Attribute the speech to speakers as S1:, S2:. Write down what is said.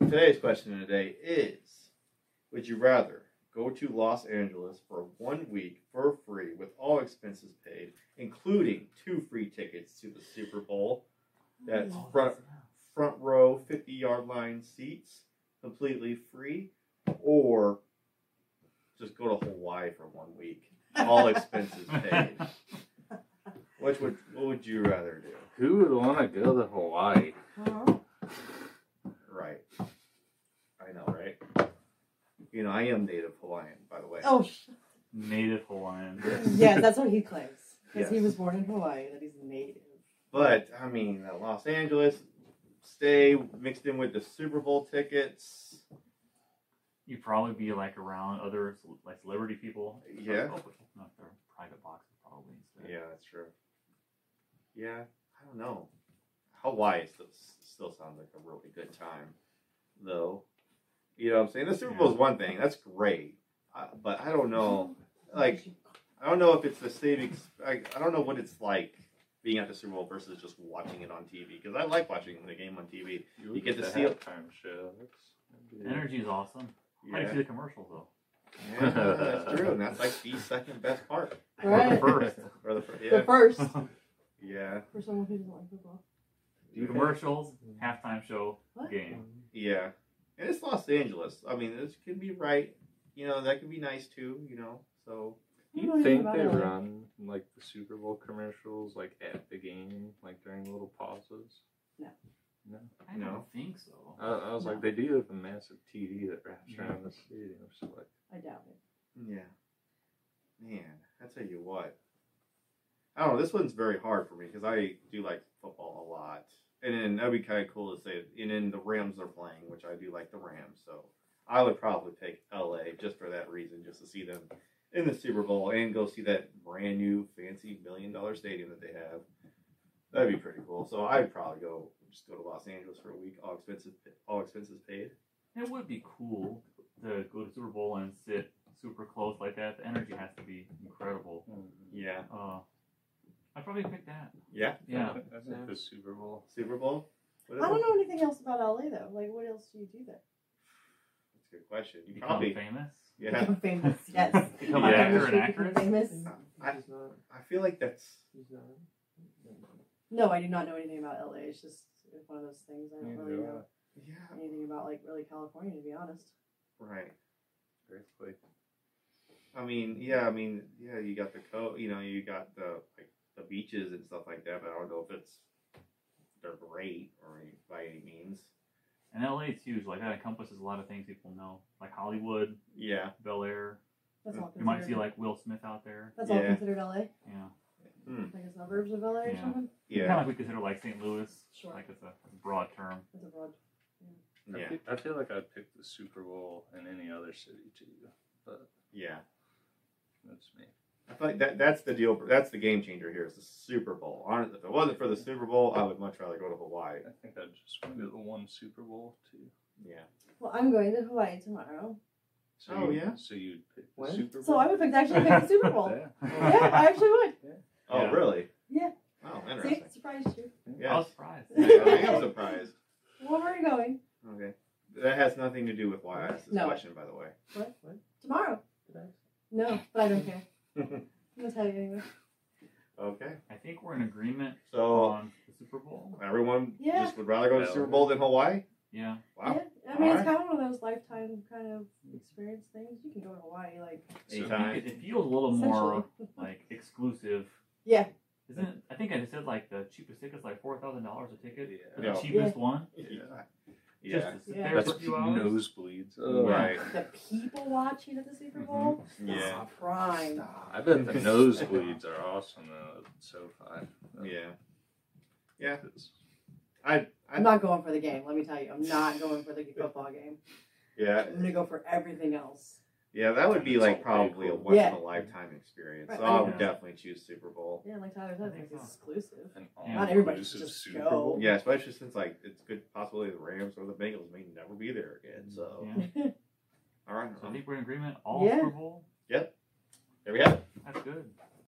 S1: today's question today is Would you rather go to Los Angeles for one week for free with all expenses paid, including two free tickets to the Super Bowl? That's
S2: Oh,
S1: front, front row, 50 yard line seats, completely free, or just go to Hawaii for one week, all expenses paid. Which would, what would you rather do?
S3: Who would want to go to Hawaii?
S2: Huh?
S1: Right. I know, right? You know, I am native Hawaiian, by the way.
S2: Oh, sh-
S4: Native Hawaiian.
S2: yes, that's what he claims. Because he
S1: Yes.
S2: was born in Hawaii, that he's native.
S1: But, I mean, uh, Los Angeles, stay mixed in with the Super Bowl tickets.
S4: You'd probably be like around other like celebrity people.
S1: Yeah.
S4: Oh, but not their private boxes probably instead.
S1: Yeah, that's true. Yeah, I don't know. Hawaii still, still sounds like a really good time, though. You know what I'm saying? The Super Bowl is one thing. That's great. I, but I don't know. Like, I don't know if it's the same. Ex- I, I don't know what it's like being at the Super Bowl versus just watching it on TV because I like watching the game on TV. You get to see it.
S3: halftime show. That's-
S4: The energy is awesome. I didn't see
S1: Yeah,
S4: the commercials though.
S1: yeah that's true, and that's like the second best part.
S2: Right.
S4: Or the first.
S1: Or the fir-
S2: The first,
S1: yeah, yeah,
S2: for someone who doesn't like football.
S1: Yeah.
S4: commercials, halftime show,
S2: What?
S4: game.
S1: yeah. And it's Los Angeles. I mean, this could be right. You know, that could be nice too. You know, so
S2: I
S3: Do
S2: don't know
S3: you think
S2: about
S3: they
S2: it.
S3: run like the Super Bowl commercials like at the game, like during little pauses?
S4: I don't
S1: No.
S4: think so.
S3: I, I was like, they do have a massive TV that wraps around the stadium. So like,
S2: I doubt it.
S1: yeah. Man, I tell you what. I don't know. This one's very hard for me because I do like football a lot, and then that'd be kind of cool to say. And then the Rams are playing, which I do like the Rams, so I would probably pick LA just for that reason, just to see them in the Super Bowl and go see that brand new fancy million dollar stadium that they have. That'd be pretty cool. So I'd probably go just go to Los Angeles for a week, all expenses all expenses paid.
S4: It would be cool to go to Super Bowl and sit super close like that. The energy has to be incredible.
S3: Hmm.
S1: Yeah,
S4: Uh, I'd probably pick that.
S1: yeah,
S4: Yeah.
S3: I think the Super Bowl.
S1: Super Bowl. What
S2: I
S1: else?
S2: don't know anything else about LA though. Like, what else do you do there?
S1: That's a good question. You
S4: Become
S1: probably,
S4: famous.
S1: yeah.
S2: Become famous. Yes.
S4: Become
S1: Yeah.
S4: an
S2: I
S4: actor
S2: wish
S4: and
S2: we became
S4: actress.
S2: Famous.
S1: I, I feel like that's
S2: No, I do not know anything about LA. It's just it's one of those things. I don't
S3: Neither
S2: really
S3: do I.
S2: know
S1: yeah,
S2: anything about like really California to be honest.
S1: right.
S3: Earthquake.
S1: I mean, yeah, I mean, yeah, you got the co, you know, you got the like the beaches and stuff like that, but I don't know if it's they're great or any, by any means.
S4: And LA is huge. Like that encompasses a lot of things people know, like Hollywood,
S1: Yeah,
S4: Bel Air.
S2: That's all.
S4: You might see
S2: considered-
S4: like Will Smith out there.
S2: That's all
S1: Yeah.
S2: considered LA, like
S4: Yeah.
S2: the suburbs of LA or
S4: Yeah.
S2: something.
S4: Kind
S1: yeah,
S4: of like we consider like St. Louis.
S2: Sure.
S4: Like it's a it's a broad term.
S2: That's a broad.
S1: yeah,
S3: I, feel, I feel like I'd pick the Super Bowl in any other city too, but
S1: yeah.
S3: that's me.
S1: I feel like that that's the deal. That's the game changer here. Is the Super Bowl. Honestly, if it wasn't for the Super Bowl, I would much rather go to Hawaii.
S3: I think I'd just want to go to one Super Bowl too.
S1: Yeah,
S2: Well, I'm going to Hawaii tomorrow,
S3: So
S1: Oh,
S3: you,
S1: yeah?
S3: So you'd pick the
S1: What?
S3: Super Bowl.
S2: so I would pick- actually pick the Super Bowl.
S3: Yeah.
S2: yeah, I actually would.
S1: Oh,
S4: Yeah.
S1: really?
S2: Yeah.
S1: Oh,
S2: See,
S1: interesting.
S2: surprised you.
S4: I
S1: Yeah,
S4: was surprised.
S1: I am surprised.
S2: Well, where are you going?
S1: Okay. That has nothing to do with why I asked this
S2: No.
S1: question, by the way.
S2: What? What? Tomorrow. No, but I don't care. I'm gonna tell you anyway.
S1: okay.
S4: I think we're in agreement
S1: So
S4: on the Super Bowl.
S1: everyone
S2: Yeah.
S1: just would rather go to Super Bowl than Hawaii?
S4: Yeah.
S1: Wow.
S2: Yeah, I mean, it's
S1: Alright.
S2: kind of one of those lifetime kind of experience things. You can go to Hawaii, like
S1: Anytime.
S4: It, it feels a little more like exclusive.
S2: Yeah.
S4: Isn't it, I think I just said like the cheapest ticket's like four thousand dollars a ticket. for
S3: Yeah.
S1: Yeah.
S4: The cheapest one.
S1: Yeah.
S4: Just
S1: Yeah.
S4: to sit
S2: Yeah.
S4: there
S3: That's
S4: for a few hours.
S3: nosebleeds.
S1: Right.
S2: the people watching at the Super Bowl.
S1: Yeah.
S2: It's prime.
S3: I bet the nosebleeds are awesome though. So far.
S1: Yeah. Yeah. I
S2: I'm not going for the game. Let me tell you, I'm not going for the football game.
S1: yeah.
S2: I'm gonna go for everything else.
S1: Yeah, that would be like
S3: It's all pretty
S1: probably a
S3: cool.
S1: once in a
S2: Yeah.
S1: lifetime experience.
S2: Right.
S1: So I would
S4: Yeah.
S1: definitely choose Super Bowl.
S2: Yeah, like Tyler said, it's exclusive.
S3: An
S2: Not everybody should
S3: all-inclusive
S2: just
S3: Super
S2: go.
S3: Bowl.
S1: Yeah, especially since like it's good possibility the Rams or the Bengals may never be there again. So
S4: Mm, Yeah.
S1: all right.
S4: So I think we're in agreement. All
S2: Yeah.
S4: Super Bowl.
S1: There we have it.
S4: That's good.